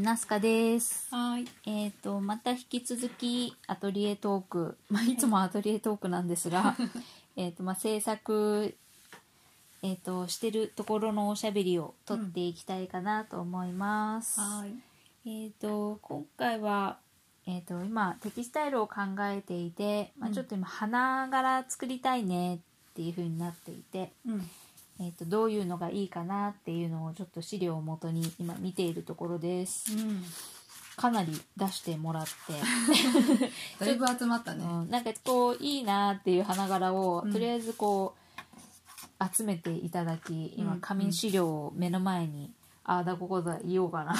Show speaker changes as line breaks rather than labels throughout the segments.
ナスカです。
はい。
えっ、と、また引き続きアトリエトーク、まあ、いつもアトリエトークなんです が、えっと、まあ、制作、えっ、と、してるところのおしゃべりを撮っていきたいかなと思います。
い。
えっ、と、今回は、えっ、と、今、テキスタイルを考えていて、まあ、
うん
ちょっと今、花柄作りたいねっていう風になっていて、
うん。
えっとどういうのがいいかなっていうのをちょっと資料をもとに今見ているところです
うん。
かなり出しても らって、
だいぶ集まったね。
うん、なんかこういいなっていう花柄を
うん
とりあえずこう、集めていただき
う
今
ん
紙資料を目の前に、ああだここだ言おうかな、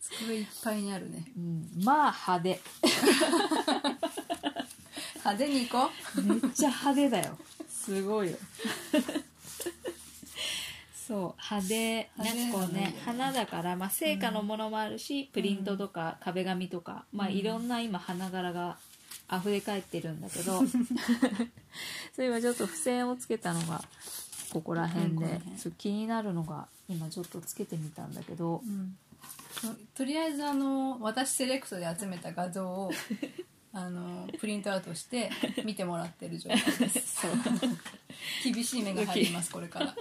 机いっぱいにあるね。
うん、まあ派手
派手に行こ
めっちゃ派手だよすごいよ そう派手
派手
なんかこう
なの
ね
いいよね
花だから、まあ、成果のものもあるし、プリントとか壁紙とか、まあ、
うん
いろんな今花柄が溢れ返ってるんだけ どそういえばちょっと付箋をつけたのがここら辺で、
うんこの辺
そう気になるのが今ちょっとつけてみたんだけど
う。うん。とりあえずあの私セレクトで集めた画像 をあのプリントアウトして見てもらってる状態 です
そう
厳しい目が入りますこれから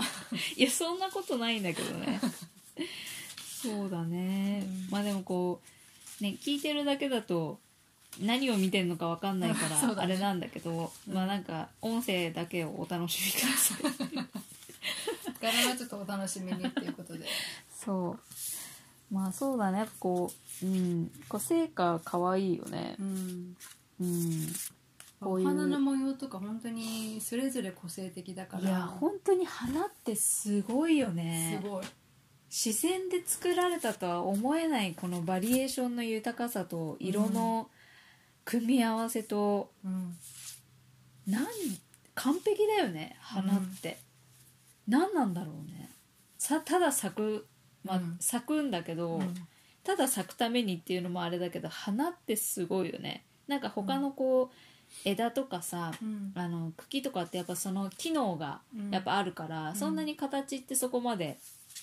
いやそんなことないんだけどね そうだね、
うん
まあでもこうね聞いてるだけだと何を見てるのかわかんないか
そう
ら
だ
あ
ね
れなんだけどまあなんか音声だけをお楽しみくださ い
柄はちょっとお楽しみにっていうことで
そうまあそうだねこううんこう成果かわいいよね
うん
うんこ
お
ういう
花の模様とか本当にそれぞれ個性的だから
いや本当に花ってすごいよね
すごい
自然で作られたとは思えないこのバリエーションの豊かさと色の組み合わせと、
うん
なん完璧だよね花って、何なんだろうねさただ咲く、まあ
うん
咲くんだけど、
うん
ただ咲くためにっていうのもあれだけど花ってすごいよねなんか他のこう、枝とかさ
うん
あの茎とかってやっぱその機能がやっぱあるから、
ん
そんなに形ってそこまで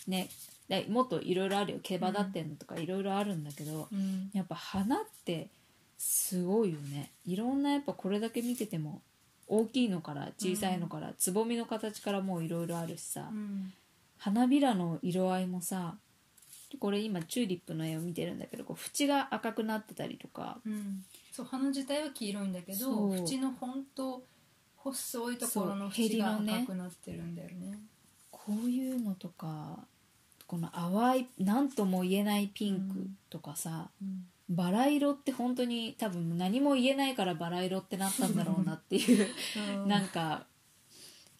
ねだもっといろいろあるよ毛羽立ってんのとかいろいろあるんだけど、
うん
やっぱ花ってすごいよねいろんなやっぱこれだけ見てても大きいのから小さいのから、つぼみの形からもういろいろあるしさ、
うん
花びらの色合いもさこれ今チューリップの絵を見てるんだけどこう縁が赤くなってたりとか
うん、そう花自体は黄色いんだけど
そう
縁のほんと細いところの
そうへ
縁
り
が
のね
赤くなってるんだよね
こういうのとかこの淡い何とも言えないピンクとかさ、バラ色って本当に多分何も言えないからバラ色ってなったんだろうなっていう
うん
なんか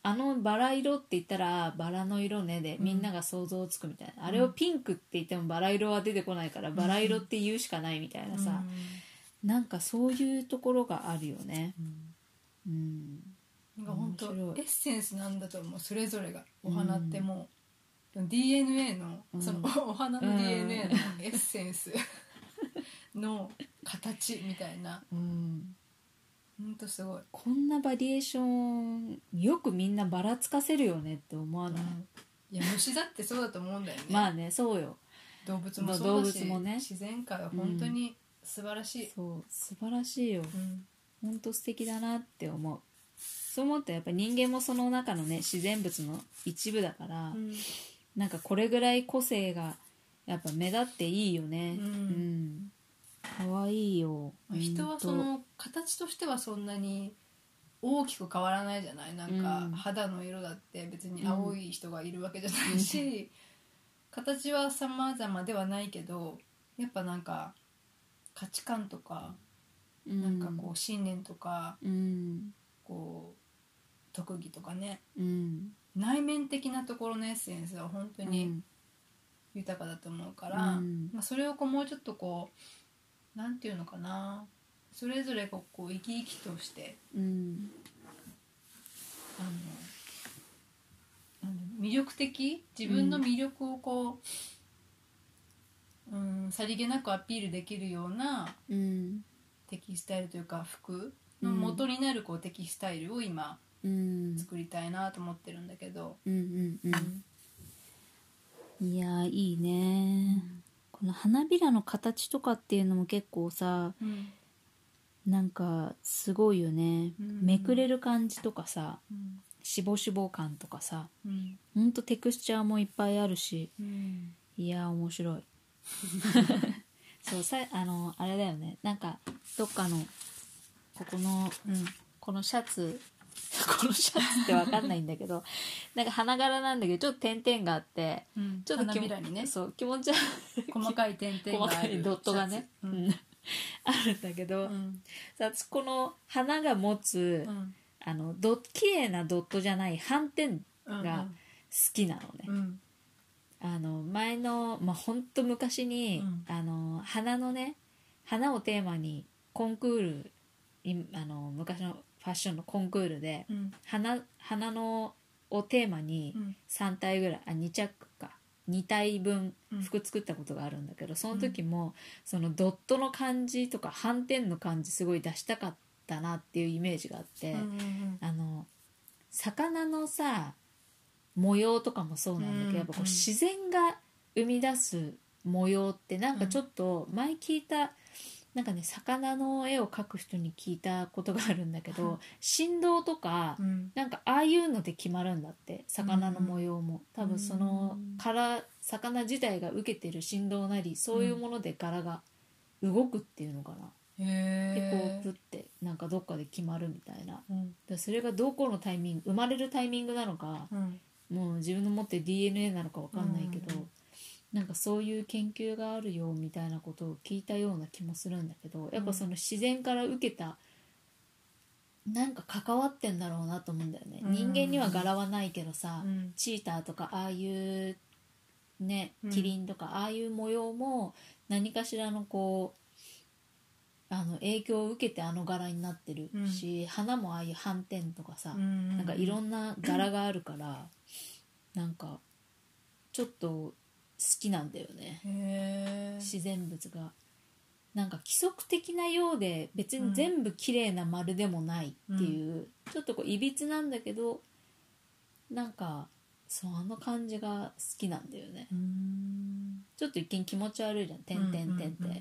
あのバラ色って言ったらあバラの色ねで
うん
みんなが想像つくみたいな、あれをピンクって言ってもバラ色は出てこないからバラ色って言うしかないみたいなさ、なんかそういうところがあるよね。
うん
うん、
なんか本当
面白い
エッセンスなんだと思うそれぞれがお花ってもう、DNA の
うん
そのお花
う
の
ん
DNA のエッセンスの形みたいな
うん、
ほんとすごい、
こんなバリエーションよくみんなばらつかせるよねって思わない、
いや虫だってそうだと思うんだよね、
まあねそうよ
動物もそうだ
動物
し、
もね
自然界は本当に素晴らしい、
そう素晴らしいよ。
うん
ほんと素敵だなって思うそう思うとやっぱ人間もその中のね自然物の一部だから、
うん
なんかこれぐらい個性がやっぱ目立っていいよね
うん
うんかわいいよ
人はそ
ほんと
の形としてはそんなに大きく変わらないじゃないなん
うん
か肌の色だって別に青い人がいるわけじゃないし、形は様々ではないけどやっぱなんか価値観とか、なんかこう信念とか
うん
こう特技とかね
うん
内面的なところのエッセンスは本当
う
に
ん
豊かだと思うから、
うん
まあ、それをこうもうちょっとこうなんていうのかなそれぞれこうこう生き生きとして
うん
あのなんだろう魅力的自分の魅力をこう、うん、さりげなくアピールできるような
うん
テキスタイルというか服
う
の
ん
元になるこうテキスタイルを今
うん
作りたいなと思ってるんだけど、
うんうんうんいやーいいねこの花びらの形とかっていうのも結構さ
うん
なんかすごいよね、
うん
めくれる感じとかさ
うん
しぼしぼ感とかさ
うん
ほんとテクスチャーもいっぱいあるし
うん
いやー面白 いそうさあのあれだよねなんかどっかのここのこのシャツ このシャツってわかんないんだけどなんか花柄なんだけどちょっと点々があって
うん
ちょっと
花
気も
びらにね
そう気持ち悪
細かい点
い
々
細
があ
か
る
いドットがね、
シャツ
うん あるんだけ
う
ど、
ん
さ私この花が持つ、
うん
あのど綺麗なドットじゃない斑点
うん
が好きなのね、
うん
あの前の、まあ、ほんと昔に、
う
あの花のね花をテーマにコンクールいあの昔のファッションのコンクールで
うん
花花のをテーマに
うん
3体ぐらいあ2着か2体分
うん
服作ったことがあるんだけどその時もそのドットの感じとか斑点の感じすごい出したかったなっていうイメージがあって、
うんうん
あの魚のさ模様とかもそうなんだけど、
うん
やっぱこ
う
うん自然が生み出す模様ってなんかちょっと前聞いた、なんかね魚の絵を描く人に聞いたことがあるんだけど、
うん
振動とか、
うん
なんかああいうので決まるんだって魚の模様も、多分その
うん
殻魚自体が受けてる振動なりそういうもので柄が動くっていうのかな、結構
へ
プッてなんかどっかで決まるみたいな
ーうん
でそれがどこのタイミング生まれるタイミングなのか
うん
もう自分の持ってる DNA なのかわかんないけど、
うん
なんかそういう研究があるよみたいなことを聞いたような気もするんだけどやっぱその自然から受けたなんか関わってんだろうなと思うんだよね、
うん
人間には柄はないけどさ、
うん
チーターとかああいうね
うん
キリンとか、ああいう模様も何かしらのこうあの影響を受けてあの柄になってるし、花もああいう斑点とかさ、
な
なんかいろ
なん
な柄があるから、なんかちょっと好きなんだよね
へー
自然物がなんか規則的なようで別に全部綺麗な丸でもないっていう、ちょっとこういびつなんだけどなんかそうあの感じが好きなんだよね
うーん
ちょっと一見気持ち悪いじゃん「てんてんてん」って、
うんうんうん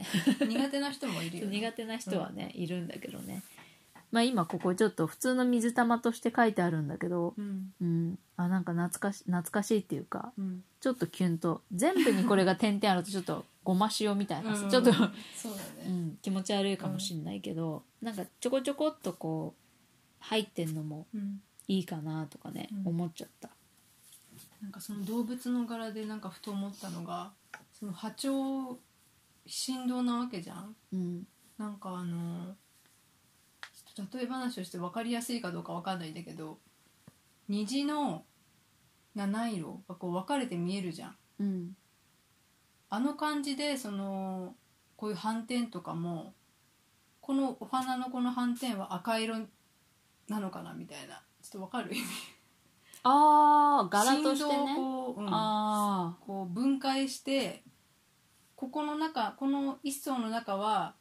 苦手な人もいるよね
苦手な人はね、いるんだけどねまあ今ここちょっと普通の水玉として書いてあるんだけど
うん
うん、あなんか懐かし懐かしいっていうか
うん
ちょっとキュンと全部にこれが点々あるとちょっとごま塩みたいな、ちょっと、
そうだ
う
ね
ん、気持ち悪いかもしんないけど、なんかちょこちょこっとこう入ってんのも
うん
いいかなとかね、
うん
思っちゃった。
なんかその動物の柄でなんかふと思ったのがその波長振動なわけじゃん
うん
なんかあのちょっと例え話をして分かりやすいかどうか分かんないんだけど虹の七色がこう分かれて見えるじゃん
うん
あの感じでそのこういう斑点とかもこのお花のこの斑点は赤色なのかなみたいなちょっと分かる
ああ柄として
振動を
ね。
こう、うん
ああ
こう分解してここの中この一層の中は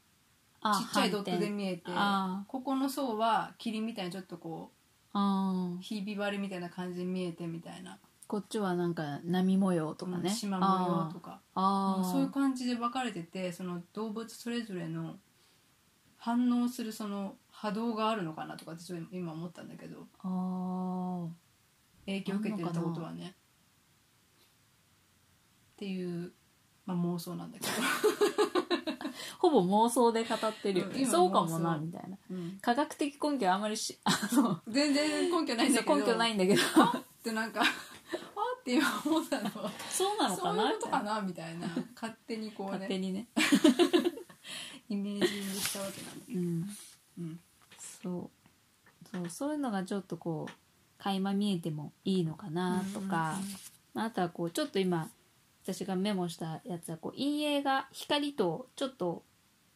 あ
ちっちゃいドットで見えて
あ
ここの層は霧みたいなちょっとこう
あー
ひび割れみたいな感じで見えてみたいな、
こっちはなんか波模様とかね。
縞模様とか
あーあー
そういう感じで分かれててその動物それぞれの反応するその波動があるのかなとかってちょっと今思ったんだけど
あー
影響を受けてるってことはねっていう、まあ、妄想なんだけ
ほぼ妄想で語ってるよ
うん
ね。
今
そうかもな
妄想
みたいな。
ど、うん
科学的根拠はあんまりしあの
全然根拠ないんだけど
根拠ないんだけど
ってなんかあって今 思ったのは
そうなの
そ
か
うい
な
うことかなみたいな勝手にこう
勝手
ね
にね、
イメージングしたわけなんだけど
うん、
うん
そうそうそういうのがちょっとこう垣間見えてもいいのかなとか、まああとはこうちょっと今私がメモしたやつはこう陰影が光とちょっと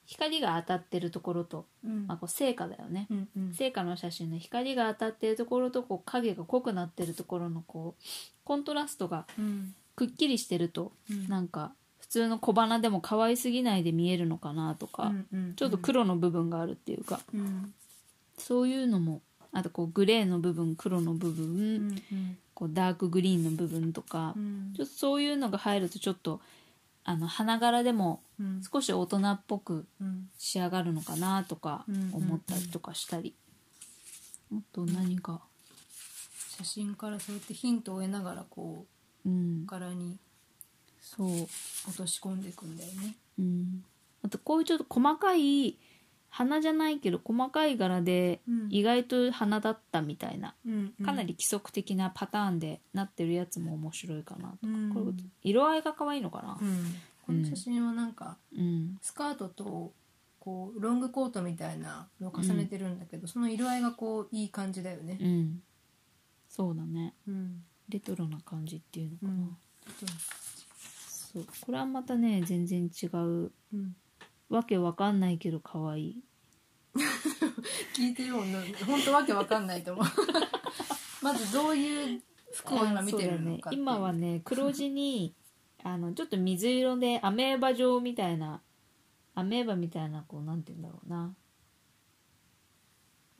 光が当たってるところと、
うんうん
まあ、こう成果だよね、
うんうん
成果の写真の光が当たってるところとこう影が濃くなってるところのこうコントラストが
うん
くっきりしてると
うん
なんか普通の小花でも可愛すぎないで見えるのかなとか、
うんうん
ちょっと黒の部分があるっていうか
うん
そういうのもあとこうグレーの部分黒の部分、
うんうん
こうダークグリーンの部分とか、
うん
ちょっとそういうのが入るとちょっとあの花柄でも
うん
少し大人っぽく
うん
仕上がるのかなとか思ったりとかしたり、もっと何か、
写真からそうやってヒントを得ながらこ
うん
う、柄に
そう、
落とし込んでいくんだよね。
うん、あとこういうちょっと細かい花じゃないけど細かい柄で
うん
意外と花だったみたいな、
うん
かなり規則的なパターンでなってるやつも面白いかなと、
うん
これ色合いが可愛いのかな
うんこの写真はなんか
うん、
スカートとこうロングコートみたいなのを重ねてるんだけど、その色合いがこういい感じだよね
うん。そうだね
うん
レトロな感じっていうのかな、
うん
そうこれはまたね全然違う
うん
わけわかんないけど可愛い
聞いてるもんな本当わけわかんない と思うまずどういう服を今見てるのか
あーそうだ
って
ね、
いう
今はね黒地 にあのちょっと水色でアメーバ状みたいなアメーバみたいなこうなんて言うんだろうな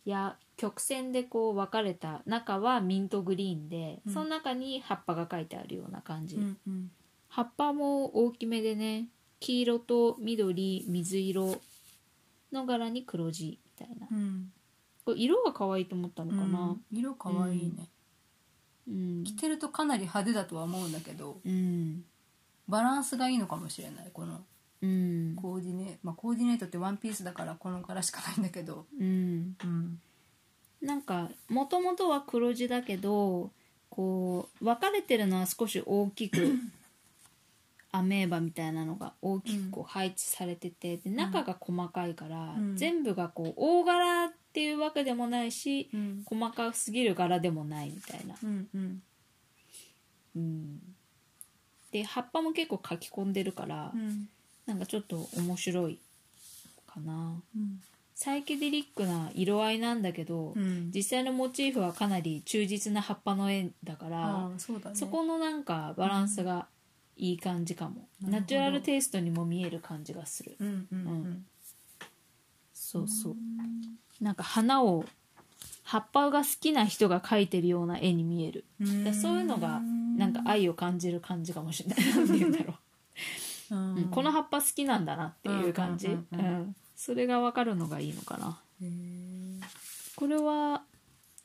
いや曲線でこう分かれた中はミントグリーンで、
うん
その中に葉っぱが書いてあるような感じ、
うんうん
葉っぱも大きめでね黄色と緑水色の柄に黒地みたいな
うん
これ色が可愛いと思ったのかな
うん色かわいいね、
うん、
着てるとかなり派手だとは思うんだけど
うん
バランスがいいのかもしれないこの
うん
コーディネート、まあ、コーディネートってワンピースだからこの柄しかないんだけど
うん、
うん
なんかもともとは黒字だけどこう分かれてるのは少し大き くアメーバみたいなのが大きくこう配置されてて、で中が細かいから、
うん
全部がこう大柄っていうわけでもないし、
うん
細かすぎる柄でもないみたいな。
うんうん
うん、で葉っぱも結構書き込んでるから、
うん
なんかちょっと面白いかな。
うん
サイケデリックな色合いなんだけど、
うん
実際のモチーフはかなり忠実な葉っぱの絵だから、
ああそうだね
そこのなんかバランスがいい感じかも、
うん
ナチュラルテイストにも見える感じがする、
うんうんう
うんそうそうなんか花を葉っぱが好きな人が描いてるような絵に見える
うん
だからそういうのがなんか愛を感じる感じかもしれないなんて言うんだろ
う
う、
ん
うんこの葉っぱ好きなんだなっていう感じ、
うんうんうんうん
うんそれが分かるのがいいのかな
へー
これは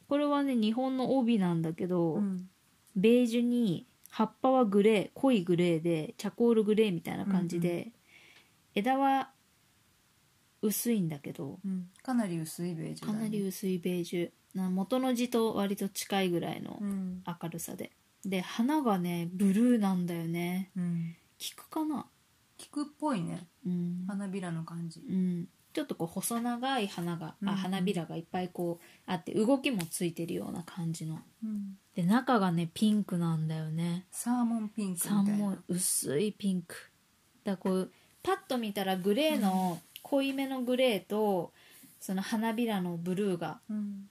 これはね日本の帯なんだけど、
うん
ベージュに葉っぱはグレー濃いグレーでチャコールグレーみたいな感じで、枝は薄いんだけど
うんかなり薄いベージュ
か
だね
なり薄いベージュな元の字と割と近いぐらいの
うん
明るさでで花がねブルーなんだよね
うん
菊かな
菊っぽいね
うん、
花びらの感じ
うん、ちょっとこう細長い花が、
うん
あ花びらがいっぱいこうあって動きもついてるような感じの
うん
で中がねピンクなんだよね
サーモンピンクみ
三
たい
も
な
薄いピンクだからこうパッと見たらグレーの、濃いめのグレーとその花びらのブルーが
うん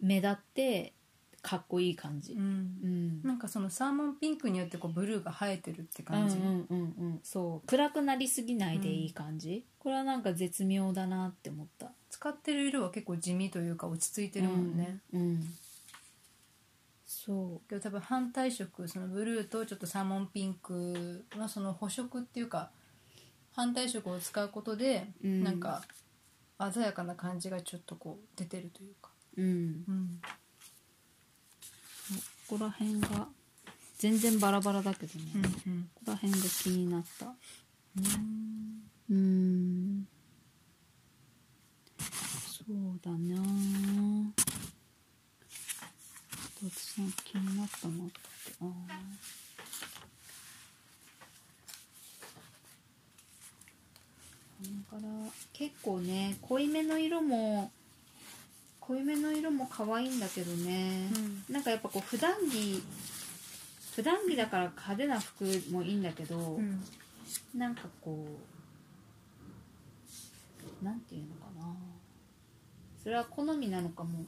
目立ってかっこいい感じ
う、ん
うん
なんかそのサーモンピンクによってこうブルーが生えてるって
うんうん
感じ
うんうんそう暗くなりすぎないでいい感じ、これはなんか絶妙だなって思った
使ってる色は結構地味というか落ち着いてるもんね
うん、うんそ
けど多分反対色そのブルーとちょっとサーモンピンクはその補色っていうか反対色を使うことで、
うん
なんか鮮やかな感じがちょっとこう出てるというか、
ううん
うん、
ここら辺が全然バラバラだけどね、
うん
こ
うん
こら辺が気になったうーんそうだなあと私なんか気になったのあったっけなだから結構ね濃いめの色も濃いめの色も可愛いんだけどね、なんかやっぱこう普段着普段着だから派手な服もいいんだけど、
うん
なんかこうなんていうのかなそれは好みなのかも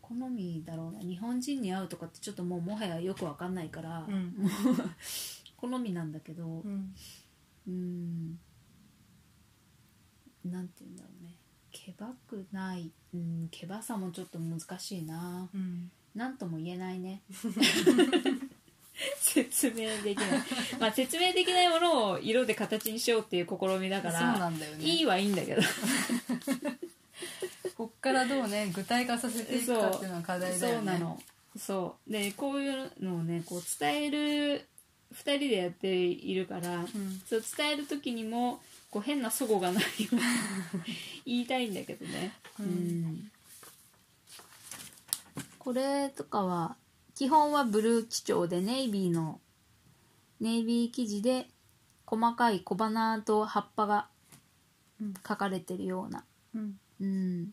好みだろうな日本人に合うとかってちょっともうもはやよくわかんないから、
うん
好みなんだけどう
うん
ーんなんていうんだろうねけばくないうんけばさもちょっと難しいな
うん
なんとも言えないね説説明できないまあ説明できないものを色で形にしようっていう試みだか
そう
ら
なんだよね
いいはいいんだけど
こっからどうね具体化させていくかっていうのは課題だよね
そうなのそうでこういうのをねこう伝える2人でやっているから、
うん
そう伝える時にもこう変な齟齬がないように言いたいんだけどね、
うん
これとかは基本はブルー基調でネイビーのネイビー生地で細かい小花と葉っぱが
うん
描かれてるような、
うん
うん、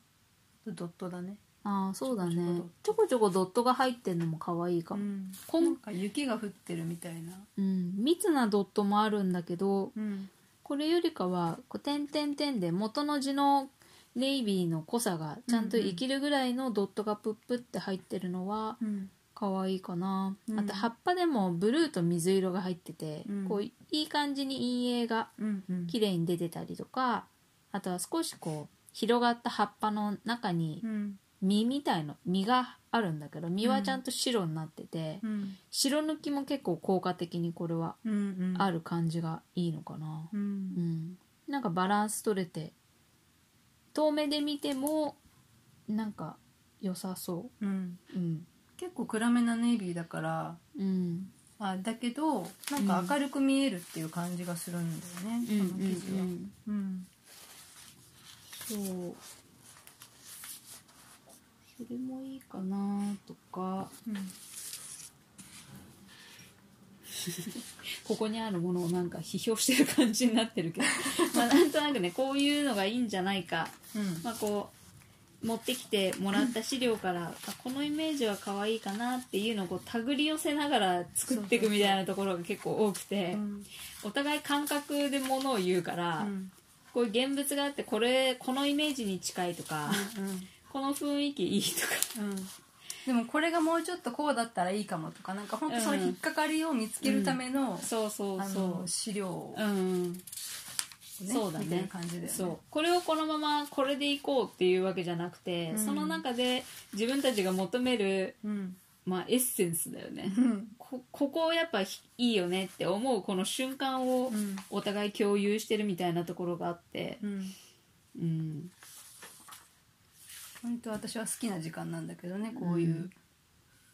ドットだね
ああそうだねち
ち
ょこちょこドットが入ってんのも可愛いか
う
も、
ん
こん
なんか雪が降ってるみたいな
うん、密なドットもあるんだけど
うん
これよりかはこう点々点で元の字のネイビーの濃さがちゃんと生きるぐらいのドットがプップって入ってるのは
うん
可愛いかな、
うん
あと葉っぱでもブルーと水色が入ってて、
うん
こういい感じに陰影が
うんうん
綺麗に出てたりとかあとは少しこう広がった葉っぱの中に
うん
実みたいの実があるんだけど実はちゃんと白になってて、
うん
白抜きも結構効果的にこれは
うん
ある感じがいいのかな、う
う
んん、なんかバランス取れて遠目で見てもなんか良さそ
うん
ううん
結構暗めなネイビーだから
うん
あだけどなんか明るく見えるっていう感じがするんだよね、
うんうんう
この生地は、
ん
うん
そうそれもいいかなとかここにあるものをなんか批評してる感じになって るけどまあなんとなくねこういうのがいいんじゃないか
うん
まあ、こう持ってきてもらった資料から、あこのイメージは可愛いかなっていうのをこう手繰り寄せながら作っていくみたいなところが結構多くて、
うん
お互い感覚でものを言うから、こういう現物があってこれこのイメージに近いとか、この雰囲気いいとか
うんでもこれがもうちょっとこうだったらいいかもとかなんか本当その引っかかりを見つけるための,、
そうそう
あ
そ
の資料を
う。う、ん
ね
そうだね
見てる感じだよね
そうこれをこのままこれでいこうっていうわけじゃなくて、
うん
その中で自分たちが求める、
うん
まあ、エッセンスだよね、
うん
こここやっぱひいいよねって思うこの瞬間を
うん
お互い共有してるみたいなところがあって
うん
うん
本当私は好きな時間なんだけどねこういう、
うん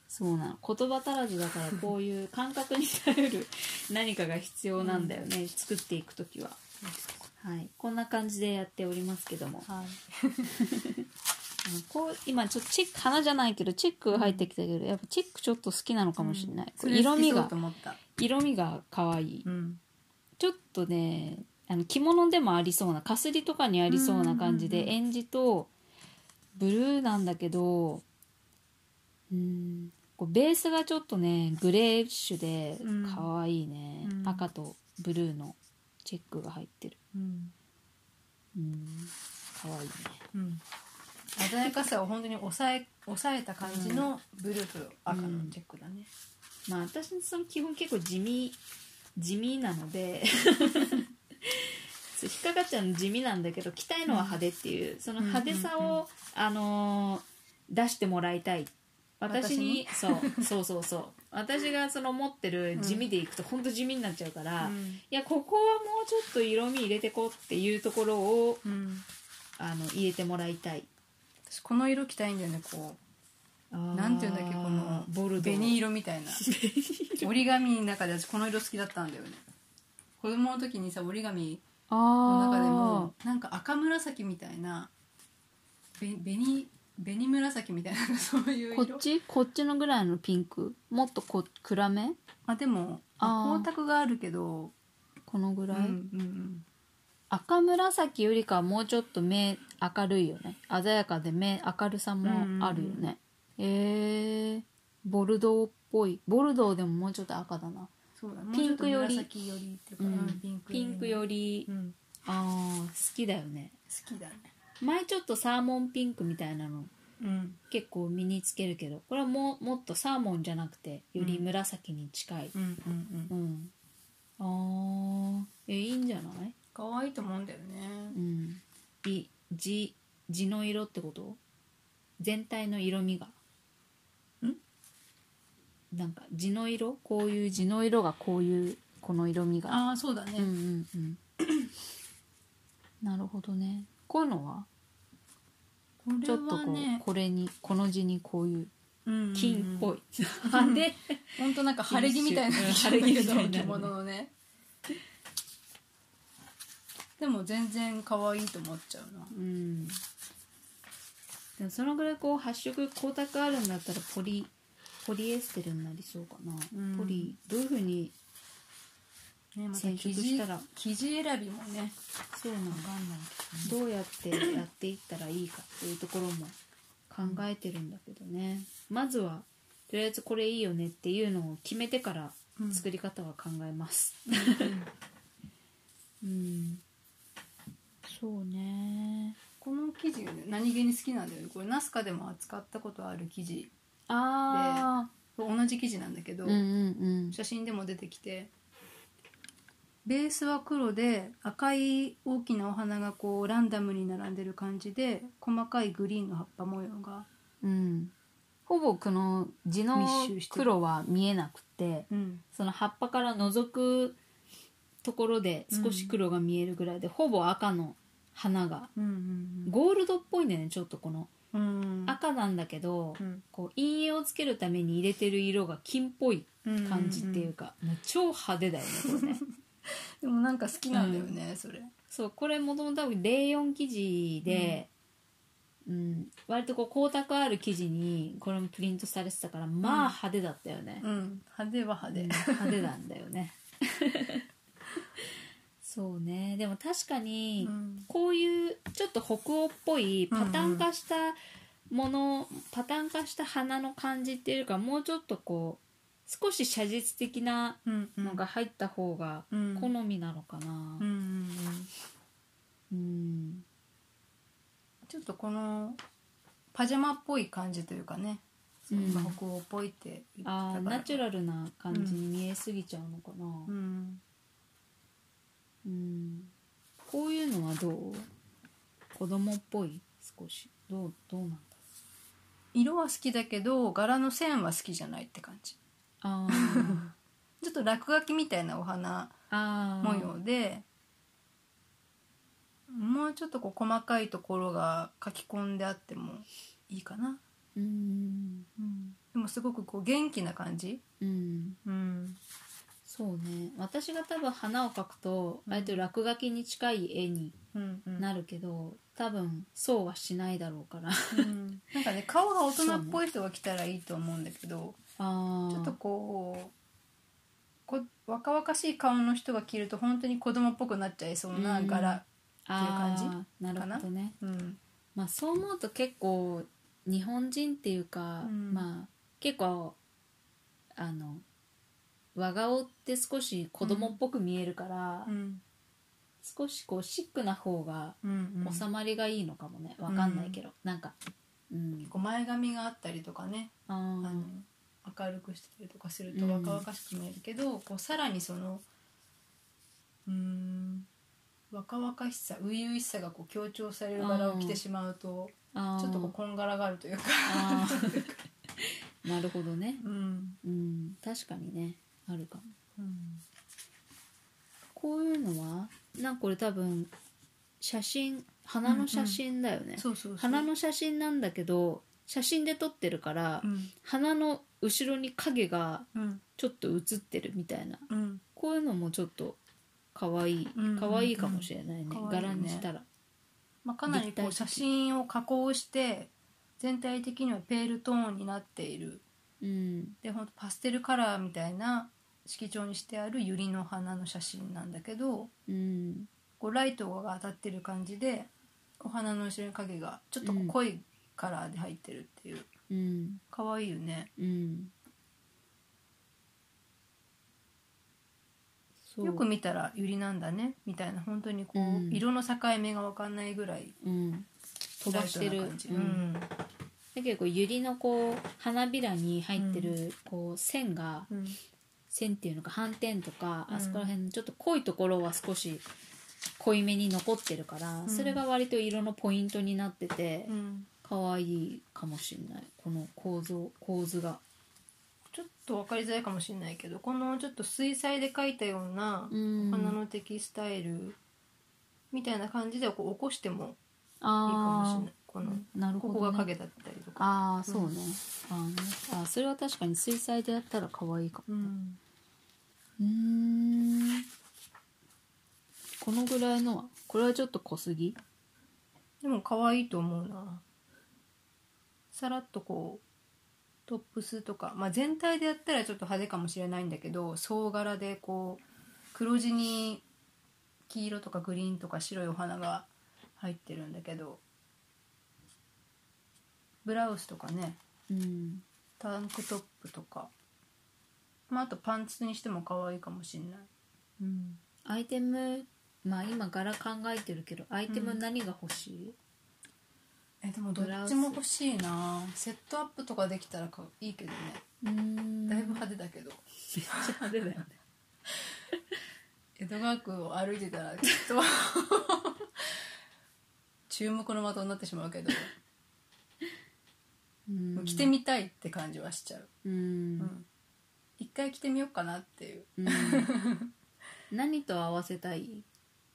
そうなの言葉足らずだ からこういう感覚に頼る 何かが必要なんだよね、作っていく時は、はい、こんな感じでやっておりますけども
はい
うんこう今ちょっとチェック花じゃないけどチェック入ってきたけどやっぱチェックちょっと好きなのかもしれない、
それ
色味
好きそう
が
と思った
色味が可愛い
うん
ちょっとねあの着物でもありそうなかすりとかにありそうな感じで、
うんうん
えんじとブルーなんだけどうんこうベースがちょっとねグレーッシュで
うん
可愛いね、
うん
赤とブルーのチェックが入ってる
うん
うん可愛いね
うん鮮やかさを本当に抑え抑えた感じのブルーと赤のチェックだね、
まあ私その基本結構地味地味なの でそう引っかかっちゃうの地味なんだけど着たいのは派手っていう、その派手さを、
うんうんう
あのー出してもらいたい私に
私に
そうそうそうそう私がその持ってる地味でいくと本当地味になっちゃうから、いやここはもうちょっと色味入れてこうっていうところを
うんうん
あの入れてもらいたい
私この色着たいんだよねこう
な
なんていうんだっけこの
ボルドー
紅色みたいな折り紙の中で私この色好きだったんだよね子供の時にさ折り紙の中でもなんか赤紫みたいなべ紅紅紫みたいな そういう
こ
色
っちこっちのぐらいのピンクもっとこ暗め
あでも
あー
あ光沢があるけど、
このぐ
う
ら
ん
い、
うん
赤紫よりかはもうちょっと目明るいよね鮮やかで目明るさもあるよね、えー、ボルドーっぽいボルドーでももうちょっと赤だな
そうだね
ピンクより
もうちょっと紫よりっていうかな、
うん
ピンク
ピンク
り、
より、
うん、
ああ好きだよね
好きだね
前ちょっとサーモンピンクみたいなの
うん
結構身につけるけどこれはもうもっとサーモンじゃなくてより紫に近い
うんうん
う
うん
ん、ああえいいんじゃない
可愛いと思うんだよね、
うん、い地地の色ってこと全体の色味が
ん
なんか地の色こういう地の色がこういうこの色味が
ああそうだ
うんう
ね、
んうんなるほどねこういうのは
こ
ち
れ
ょっとこ
は
う
ね
これにこの字にこういう
うん
金っぽい、
あ で本当なんか晴れ着みたいな
うん
晴れ着みたい
晴れ着みたいなね
な着物のねでも全然可愛いと思っちゃうな
うんでもそのぐらいこう発色光沢あるんだったらポリポリエステルになりそうかな、
うん
ポリどういうふうに
ねまた
染
生
色
地
したら
生地選びもね
そうなの
分かんない
どうやってやっていったらいいかっていうところも考えてるんだけどねまずはとりあえずこれいいよねっていうのを決めてから
うん
作り方は考えます
けど、
うん、そうね
この生地がね何気に好きなんだよねこれナスカでも扱ったことある生地
ああ
同じ生地なんだけど、
うんうん
写真でも出てきてベースは黒で赤い大きなお花がこうランダムに並んでる感じで細かいグリーンの葉っぱ模様が、
うんうんほぼこの地の
密集してる
黒は見えなくて
うん、
その葉っぱから覗くところで少し黒が見えるぐらいで、ほぼ赤の花が
うん
ゴールドっぽいんだよねちょっとこの
うんうん
赤なんだけど、
うん
こう陰影をつけるために入れてる色が金っぽい感じっていうか、もう超派手だよねこれね
でもなんか好きなんだよね、それ
そうこれもともと A4 生地で、うん割とこう光沢ある生地にこれもプリントされてたからまあ派手だったよね、
うん派手は派手、
うん派手なんだよね そうねでも確かに、
うん
こういうちょっと北欧っぽいパターン化したもの、パターン化した花の感じっていうかもうちょっとこう少し写実的な
うんうん、
のが入った方が
うん
好みなのかな
うんうんうん
うん、
ちょっとこのパジャマっぽい感じというかね、
うん
その北欧っぽいって言ってたから
ああナチュラルな感じに見えすぎちゃうのかな、
うん
うんこういうのはどう子供っぽい少しどうどうなんだ
色は好きだけど柄の線は好きじゃないって感じ
あ ー
ちょっと落書きみたいなお花
あー
模様で、もうちょっとこう細かいところが書き込んであってもいいかな、
うん
でもすごくこう元気な感じ、
うん
うん
そうね私が多分花を描くと
うん
割と落書きに近い絵に
うんうん、
なるけど、多分そうはしないだろう から
うんなんかね顔が大人っぽい人が来たらいいと思うんだけど、
あ
ちょっとこうこ若々しい顔の人が着ると本当に子供っぽくなっちゃいそうな柄、
あ
っていう
ーなるほどね
うん
まあそう思うと結構日本人っていうか、
うん
まあ結構あの和顔って少し子供っぽく見えるから、
うん
少しこうシックな方が
うんうん、
収まりがいいのかもねわかんないけど、なんかうん
こう前髪があったりとかね、
あー
あの明るくしてたりとかすると若々しく見えるけど、こうさらにそのうーん若々しさ初々しさがこう強調される柄を着てしまうと
あー
ちょっとこうこんがらがるというか、
あ ーなるほどね
うん
うん確かにねあるかもこういうのはなんかこれ多分写真花の写真だよね、
そうそうそう
花の写真なんだけど写真で撮ってるから、
うん
花の後ろに影が
うん
ちょっと写ってるみたいな
うん
こういうのもちょっと可愛い
うん
可愛いかもしれないね,、
うん可愛いね
柄にしたら
まあ、かなりこう
立体
写
的
真を加工して全体的にはペールトーンになっている
うん
でほんとパステルカラーみたいな色調にしてあるユリの花の写真なんだけど
うん
こうライトが当たってる感じでお花の後ろに影がちょっとこう濃いカラーで入ってるっていう
うん
可愛いよね
うんそう
よく見たらユリなんだねみたいな本当にこう、
うん
色の境目が分かんないぐらい
うん、飛ばして
ライト
る
な感じ、
う、
うんん
だけどこうユリのこう花びらに入ってるこう線が、
うん
線っていうのか斑点とか、
うん
あそこら辺のちょっと濃いところは少し濃いめに残ってるから、
ん
それが割と色のポイントになってて
うん
可愛、いかもしんないこの構造構図が
ちょっと分かりづらいかもしれないけどこのちょっと水彩で描いたような
うん
花のテキスタイルみたいな感じでこう起こしてもいいかもし
あ
れないこの
あなるほ
こ
ど、ね、
こが影だったりとか、
ああそうね、あーねあーそれは確かに水彩でやったら可愛いかも
うん、
うーんこのぐらいのはこれはちょっと濃すぎ
でも可愛いと思うなさらっとこうトップスとか、まあ、全体でやったらちょっと派手かもしれないんだけど総柄でこう黒地に黄色とかグリーンとか白いお花が入ってるんだけどブラウスとかね
うん
タンクトップとか、まあ、あとパンツにしても可愛いかもしれない、うん、
アイテムまあ今柄考えてるけどアイテム何が欲しい、
えでもどっちも欲しいなセットアップとかできたらかいいけどね
うーん
だいぶ派手だけど、
めっちゃ派手だよね
江戸川区を歩いてたらきっと注目の的になってしまうけど、
うん
着てみたいって感じはしちゃう、
う、
うんん一回着てみようかなっていう
うん、 何と合わせたい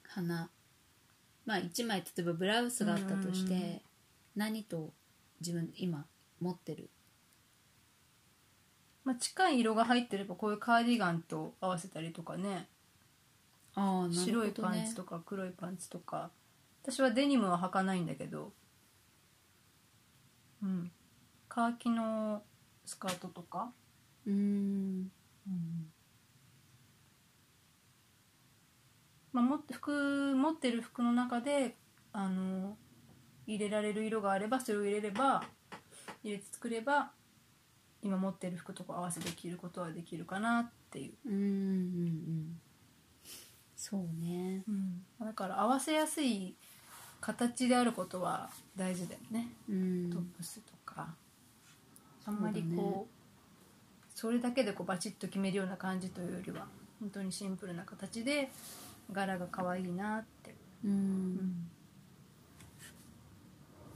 花まあ1枚例えばブラウスがあったとして、
うん
何と自分今持ってる
まあ、近い色が入ってればこういうカーディガンと合わせたりとかね
ああ
白いパンツとか黒いパンツとか私はデニムは履かないんだけどうんカーキのスカートとか、
うん
まあ、持って服持ってる服の中であの入れられる色があればそれを入れれば入れて作れば今持ってる服とか合わせて着ることはできるかなっていう、
うんうんうんそうね
だから合わせやすい形であることは大事だよね、
うん
トップスとかあんまりこうそれだけでこうバチッと決めるような感じというよりは本当にシンプルな形で柄が可愛いなって、
うん、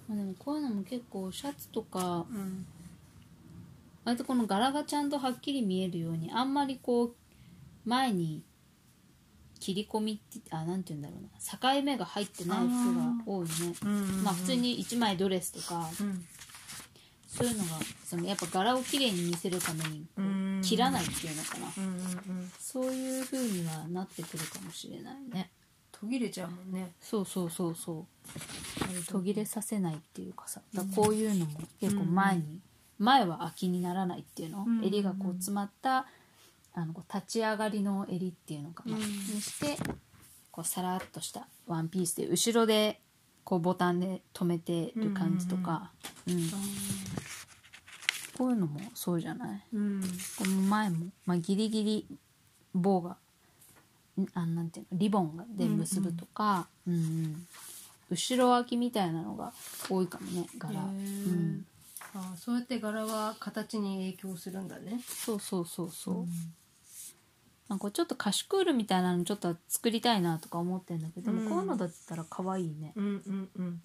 まあ、でもこういうのも結構シャツとか
うん
割とこの柄がちゃんとはっきり見えるようにあんまりこう前に切り込みってあなんて言うんだろうな境目が入ってない服が多いねまあ普通、に1枚ドレスとか
うん
そういうのがそのやっぱ柄を綺麗に見せるためにこ
うん
う切らないっていうのかな
うんうんうん、
そういう風にはなってくるかもしれないね
途切れちゃうもんね
そうそうそうそう
割と
途切れさせないっていうかさだからこういうのも結構前に、前は空きにならないっていうの、
うん
襟がこう詰まったあのこう立ち上がりの襟っていうのかな、
うん
にしてこうさらっとしたワンピースで後ろでこうボタンで留めてる感じとか、うんこういうのもそうじゃない
うん
この前も、まあ、ギリギリ棒がんあなんていうのリボンがで結ぶとか、うんうん後ろ空きみたいなのが多いかもね柄、
へ
う
ー
ん、
あーそうやって柄は形に影響するんだね
そうそうそうそう、なんかちょっとカシュクールみたいなのちょっと作りたいなとか思ってんだけど、
うん
でもこういうのだったら可愛いね、
うんうんうん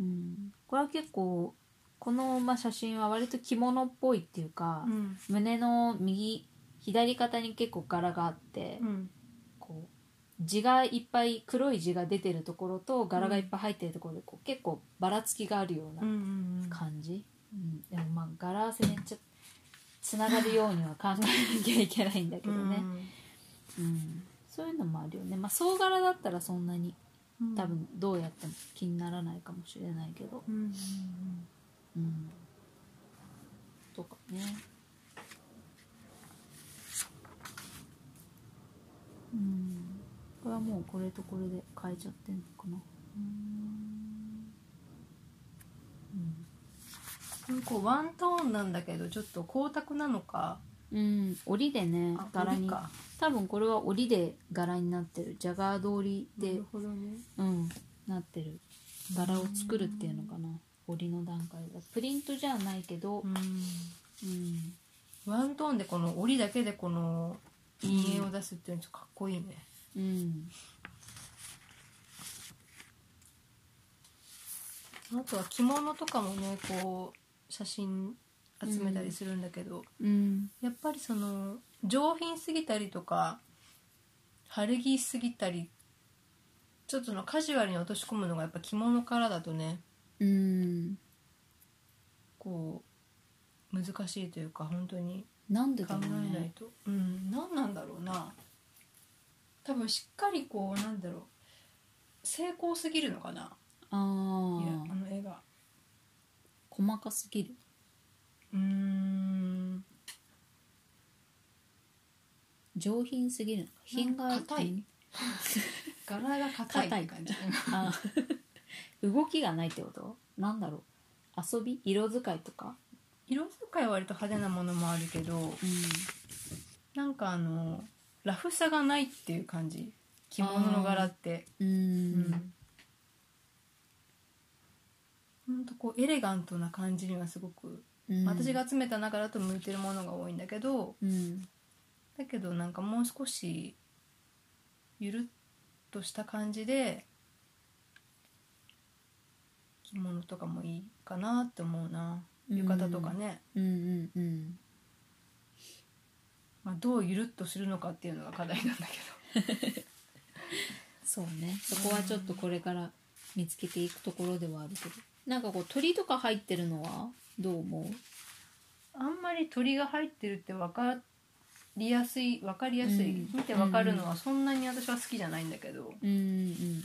うん、これは結構この、まあ、写真は割と着物っぽいっていうか、
うん
胸の右左肩に結構柄があって、
うん
こう字がいっぱい黒い字が出てるところと柄がいっぱい入ってるところでこう結構ばらつきがあるよう
うんう
なん
うん
感じ、うんでもまあ柄合わせめっちゃつながるようには考えなきゃいけないんだけどね、うんそういうのもあるよねまあ総柄だったらそんなに
うん
多分どうやっても気にならないかもしれないけど、
うんうんうん
うん、とかねうんこれはもうこれとこれで変えちゃってんのかな
うんこうワントーンなんだけどちょっと光沢なのか
うん織でね
あ
柄
織
に
か
多分これは織で柄になってるジャガー通り
な
で
る、ほどね
うん、なってる柄を作るっていうのかな織の段階でプリントじゃないけど、うん、
ワントーンでこの折りだけでこの陰影を出すっていうのちょっとかっこいいね
うん、
あとは着物とかもねこう写真集めたりするんだけど、
うん
やっぱりその上品すぎたりとか晴れ着すぎたりちょっとそのカジュアルに落とし込むのがやっぱ着物からだとね
うん
こう難しいというか本当に
なんで
考
だろう
えない
ね
と、うん何なんだろうな多分しっかりこうなんだろう成功すぎるのかな
あ
いやあ
あ
の絵が
細かすぎる
うーん
上品すぎるのか品が
硬い柄が硬いって感じ
あー動きがないってことなんだろう遊び色使いとか
色使いは割と派手なものもあるけど
う
なんかあのラフさがないっていう感じ着物の柄って
んう
う
ん
んほんとこうエレガントな感じにはすごく、
うん
私が集めた中だと向いてるものが多いんだけど
うん
だけどなんかもう少しゆるっとした感じで着物とかもいいかなって思うな浴衣とかね、
うんうんうん
まあ、どうゆるっとするのかっていうのが課題なんだけど。
そうねそこはちょっとこれから見つけていくところではあるけどなんかこう鳥とか入ってるのはどう思う
あんまり鳥が入ってるって分かりやすい分かりやすい、
うん
見て分かるのはそんなに私は好きじゃないんだけど、
うんうん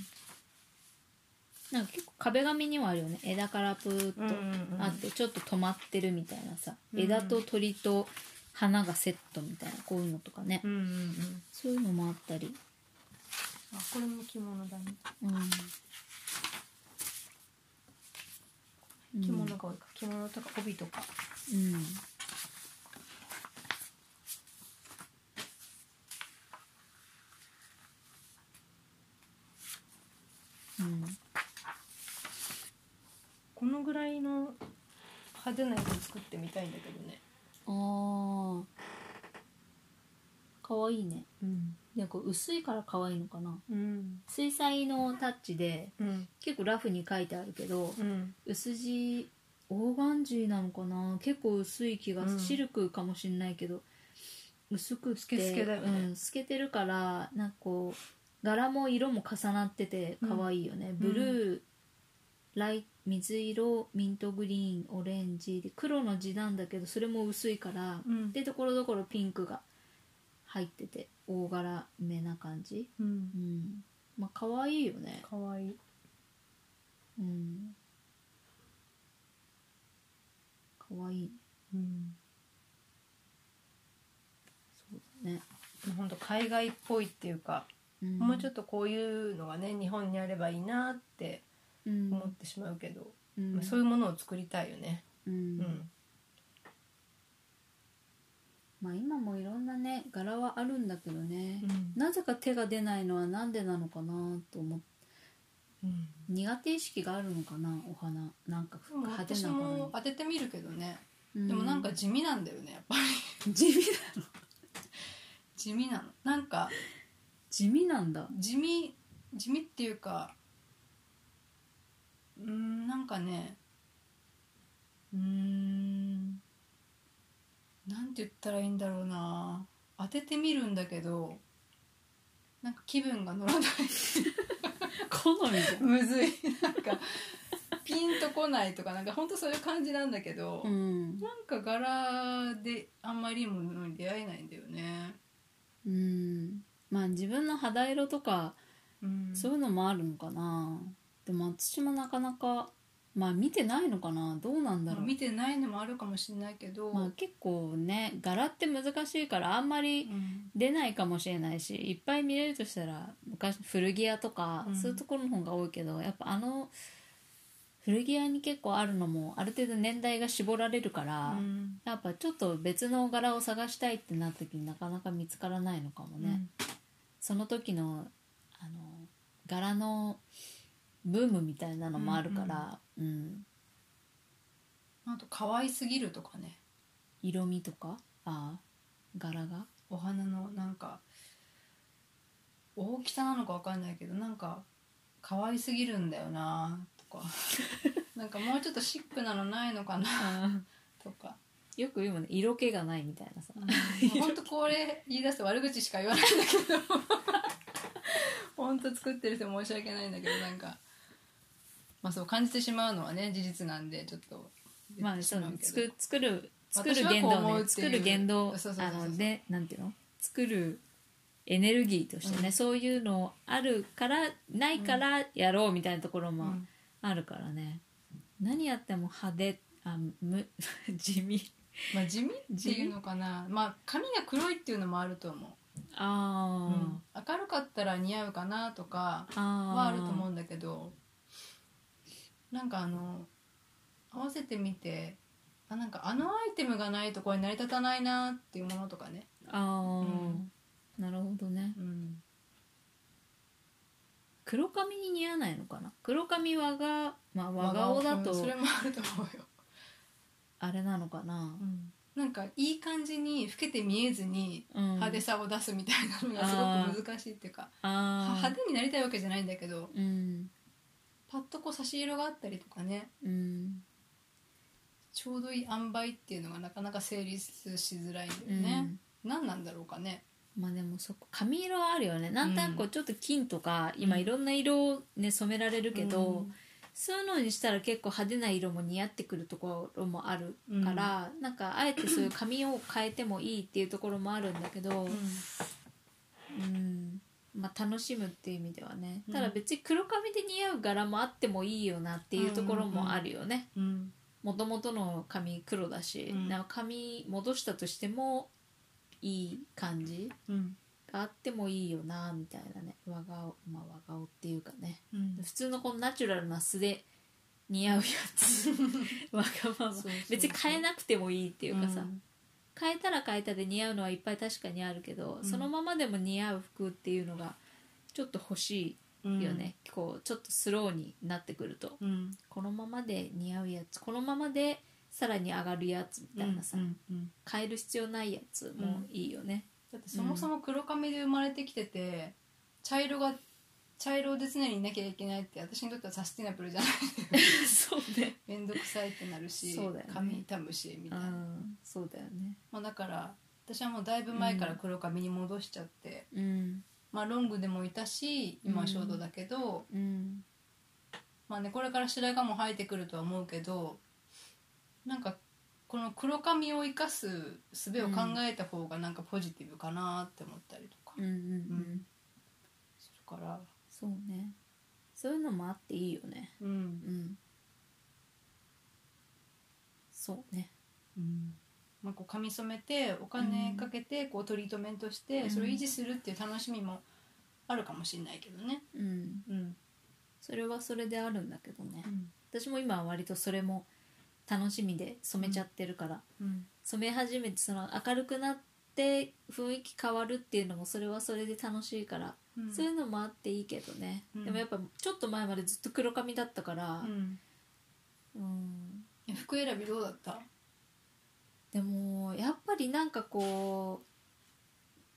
なんか結構壁紙にはあるよね枝からプーっと
うん
あってちょっと止まってるみたいなさ、
うん
枝と鳥と花がセットみたいなこういうのとかね、
うんうんうん
そういうのもあったり、
あこれも着物だね
うん、
着物が多いか着物とか帯とか
うんうん
このぐらいの派手なやつ作ってみたいんだけどね、
ああかわいいねなんか薄いから可愛いのかな
うん
水彩のタッチで
うん
結構ラフに書いてあるけど
うん
薄地オーガンジーなのかな結構薄い気が、
うん
シルクかもしんないけど薄くて
スケスケだよね
うん、透けてるからなんかこう柄も色も重なってて可愛いよね、ブルー、ライ水色ミントグリーンオレンジで黒の地なんだけどそれも薄いから、
うん
でところどころピンクが入ってて大柄めな感じ
うん
うんまあ可愛いよね
かわいい
うんかわいい
うん
そうだね、
本当海外っぽいっていうか、
うん、
もうちょ
っ
っとこういうのがね日本にあればいいなって
と
思ってしまうけど、
うん
まあそういうものを作りたいよね、
うん
うん
まあ今もいろんなね柄はあるんだけどね、
う
なぜか手が出ないのはなんでなのかなと思って
ん、
苦手意識があるのかなお花なんか
でも
派手
私
なもの
も
に
当ててみるけどね、
うん
でもなんか地味なんだよねやっぱり
地味だ
地味なのなんか
地味なん だ
地味地味っていうかうーんなんかねうーんなんて言ったらいいんだろうな当ててみるんだけどなんか気分が乗らない
好みじゃん
むずいなんかピンとこないとかなんかほんとそういう感じなんだけど、
うん
なんか柄であんまりいいものに出会えないんだよね。
うんまあ自分の肌色とか
うん
そういうのもあるのかなでも私もなかなかまあ見てないのかなどうなんだ
まあ
ろう、
見てないのもあるかもしれないけど、
まあ、結構ね柄って難しいからあんまり
うん
出ないかもしれないしいっぱい見れるとしたら昔古着屋とか
うん
そういうところの方が多いけど、やっぱあの古着屋に結構あるのもある程度年代が絞られるから、
うん
やっぱちょっと別の柄を探したいってなった時になかなか見つからないのかもね。その時のあの柄のブームみたいなのもあるから、うん
うんあと可愛すぎるとかね
色味とかああ柄が
お花のなんか大きさなのかわかんないけどなんか可愛すぎるんだ よなとかなんかもうちょっとシックなのないのかなとか
よく言うもんね色気がないみたいなさ
もうほんとこれ言い出すと悪口しか言わないんだけど ほんと作ってる人申し訳ないんだけどなんかまあそう感じてしまうのはね事実なんでちょっと
まあそう
言ってしまうけど
作作る作る
私はこう
言動
思うっ
ね
て
作
い
る
う
言動
そうそうそうそう
あのでなんていうの作るエネルギーとしてね、そういうのあるからないからやろうみたいなところ
う
も
ん
あるからね、何やっても派手あむ 地味
まあ地味っていうのかなまあ髪が黒いっていうのもあると思う
あー、
明るかったら似合うかなとか
あー
はあると思うんだけどなんかあの合わせてみてあなんかあのアイテムがないとこれ成り立たないなっていうものとかね、
あー、
うん
なるほどね
うん、
黒髪に似合わないのかな黒髪和が、まあ、和顔だ
うんそ
と
れもあると思うよ、
あれなのかな、
なんかいい感じに老けて見えずに
うん、
派手さを出すみたいなのがすごく難しいっていうか、は
ああ
派手になりたいわけじゃないんだけど
うん
パッとこう差し色があったりとかね
うん
ちょうどいい塩梅っていうのがなかなか成立しづらいんだ
う
よ
ん
ね、何なんだろうかね
まあでもそこ髪色はあるよねなんとなくこう
う
ちょっと金とか、今
うん
いろんな色をね染められるけど、
うん
そういうのにしたら結構派手な色も似合ってくるところもあるから、なんかあえてそういう髪を変えてもいいっていうところもあるんだけど、うんまあ、楽しむっていう意味ではね
うん
ただ別に黒髪で似合う柄もあってもいいよなっていうところもあるよね
うん
もともとの髪黒だし、
うん
なんか髪戻したとしてもいい感じ
うん
があってもいいよなみたいなね和顔まあ和顔っていうかね
うん
普通のこのナチュラルな素で似合うや つわがまま
そうそう
別に変えなくてもいいっていうかさ、
ん
変えたら変えたで似合うのはいっぱい確かにあるけど、
ん
そのままでも似合う服っていうのがちょっと欲しいよね、こうちょっとスローになってくると
うん
このままで似合うやつこのままでさらに上がるやつみたいなさ、
うんうん
変える必要ないやつもいいよね、
だってそもそも黒髪で生まれてきてて茶色が茶色で常にいなきゃいけないって私にとってはサスティナブルじゃない
そうね
めんどくさいってなるし、
そうだよね
髪傷むしみ
う
たいな、
んそうだよね
まあ、だから私はもうだいぶ前から黒髪に戻しちゃって、
うん
まあロングでもいたし今はショートだけど、
うん
まあねこれから白髪も生えてくるとは思うけどなんかこの黒髪を生かす術を考えた方がなんかポジティブかなって思ったりとか
うんうんう
うんんするから、
そうねそういうのもあっていいよね
うん
うんそうね
まあ、こう髪染めてお金かけてこうトリートメントして、
うん
それを維持するっていう楽しみもあるかもしれないけどね。
うん
うん
それはそれであるんだけどね私も今は割とそれも楽しみで染めちゃってるから、
うん
染め始めてその明るくなって雰囲気変わるっていうのもそれはそれで楽しいから、
うん
そういうのもあっていいけどね、
うん
でもやっぱちょっと前までずっと黒髪だったから
う、ん
うん
え服選びどうだった、
でもやっぱりなんかこ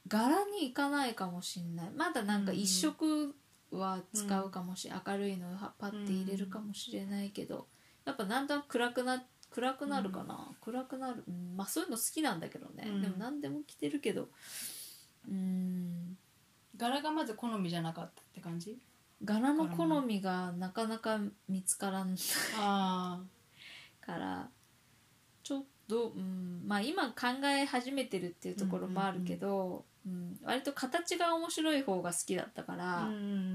う柄にいかないかもしんないまだなんか一色は使うかもしれ、明るいのをパッて入れるかもしれないけど、やっぱなんとなく暗くな暗くなるかな、暗くなる、うんまあそういうの好きなんだけどね、
うん
でも何でも着てるけどうん
柄がまず好みじゃなかったって感じ
柄の好みがなかなか見つからない
あ
からちょっと、うん、まあ今考え始めてるっていうところもあるけど、うん割と形が面白い方が好きだったか
あ
ら、
う
うん
ん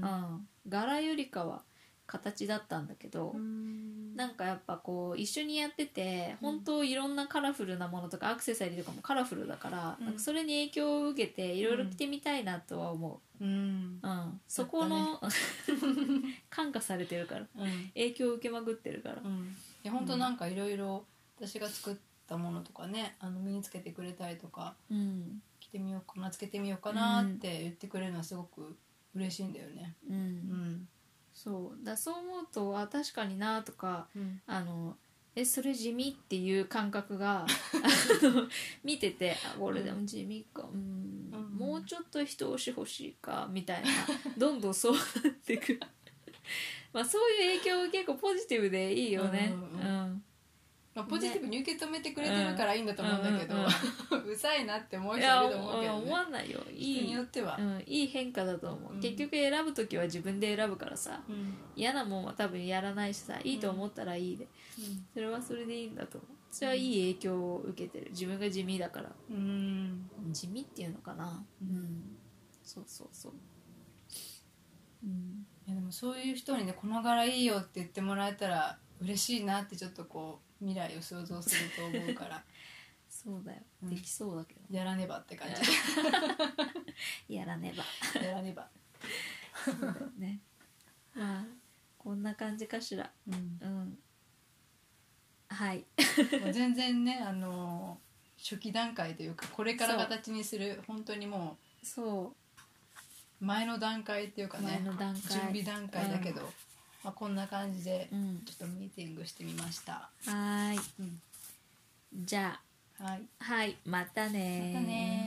柄よりかは形だったんだけど、
うん
なんかやっぱこう一緒にやってて
うん
本当いろんなカラフルなものとかアクセサリーとかもカラフルだから、
うん
なんかそれに影響を受けていろいろ着てみたいなとは思
うん
う、うん、そこの、 感化されてるから
うん
影響を受けまくってるから
う、ん、いや本当なんかいろいろ私が作ったものとかねあの身につけてくれたりとか
うん
着てみようかなつけてみようかなって言ってくれるのはすごく嬉しいんだよね。
う
うんん
そうだそう思うとあ確かになとか
うん
あのえそれ地味っていう感覚 があの見ててあこれでも地味かうん、
うん
もうちょっと一押し欲しいかみたいなどんどんそうなってく まあそういう影響結構ポジティブでいいよね
うん
う、
うんんまあ、ポジティブに受け止めてくれてるからいいんだと思うんだけど、
う
うん
うん
ざいなって思う
い
人
や
いると思うけど、
思
ね、
わないよい
人に
い
よっては
う、ん、いい変化だと思う、
うん
結局選ぶ時は自分で選ぶからさ
うん
嫌なもんは多分やらないしさいいと思ったらいいで、それはそれでいいんだと思うそれはいい影響を受けてる自分が地味だから
うんうん
地味っていうのかなうんそうそうそううん
いやでもそういう人にねこの柄いいよって言ってもらえたら嬉しいなってちょっとこう未来を想像すると思うから
そうだよ、
うん
できそうだけど
やらねばって感
やらねば
じやらねば、
そうだよね まあこんな感じかしら
うん
うんはい
もう全然ねあのー初期段階というかこれから形にする本当にも
そう
前の段階っていうか
う前
ね
の段階
準備段階だけど、まあ、こんな感じで
うん
ちょっとミーティングしてみました、
はーい
うん
じゃ
はい
あはいまたね
またね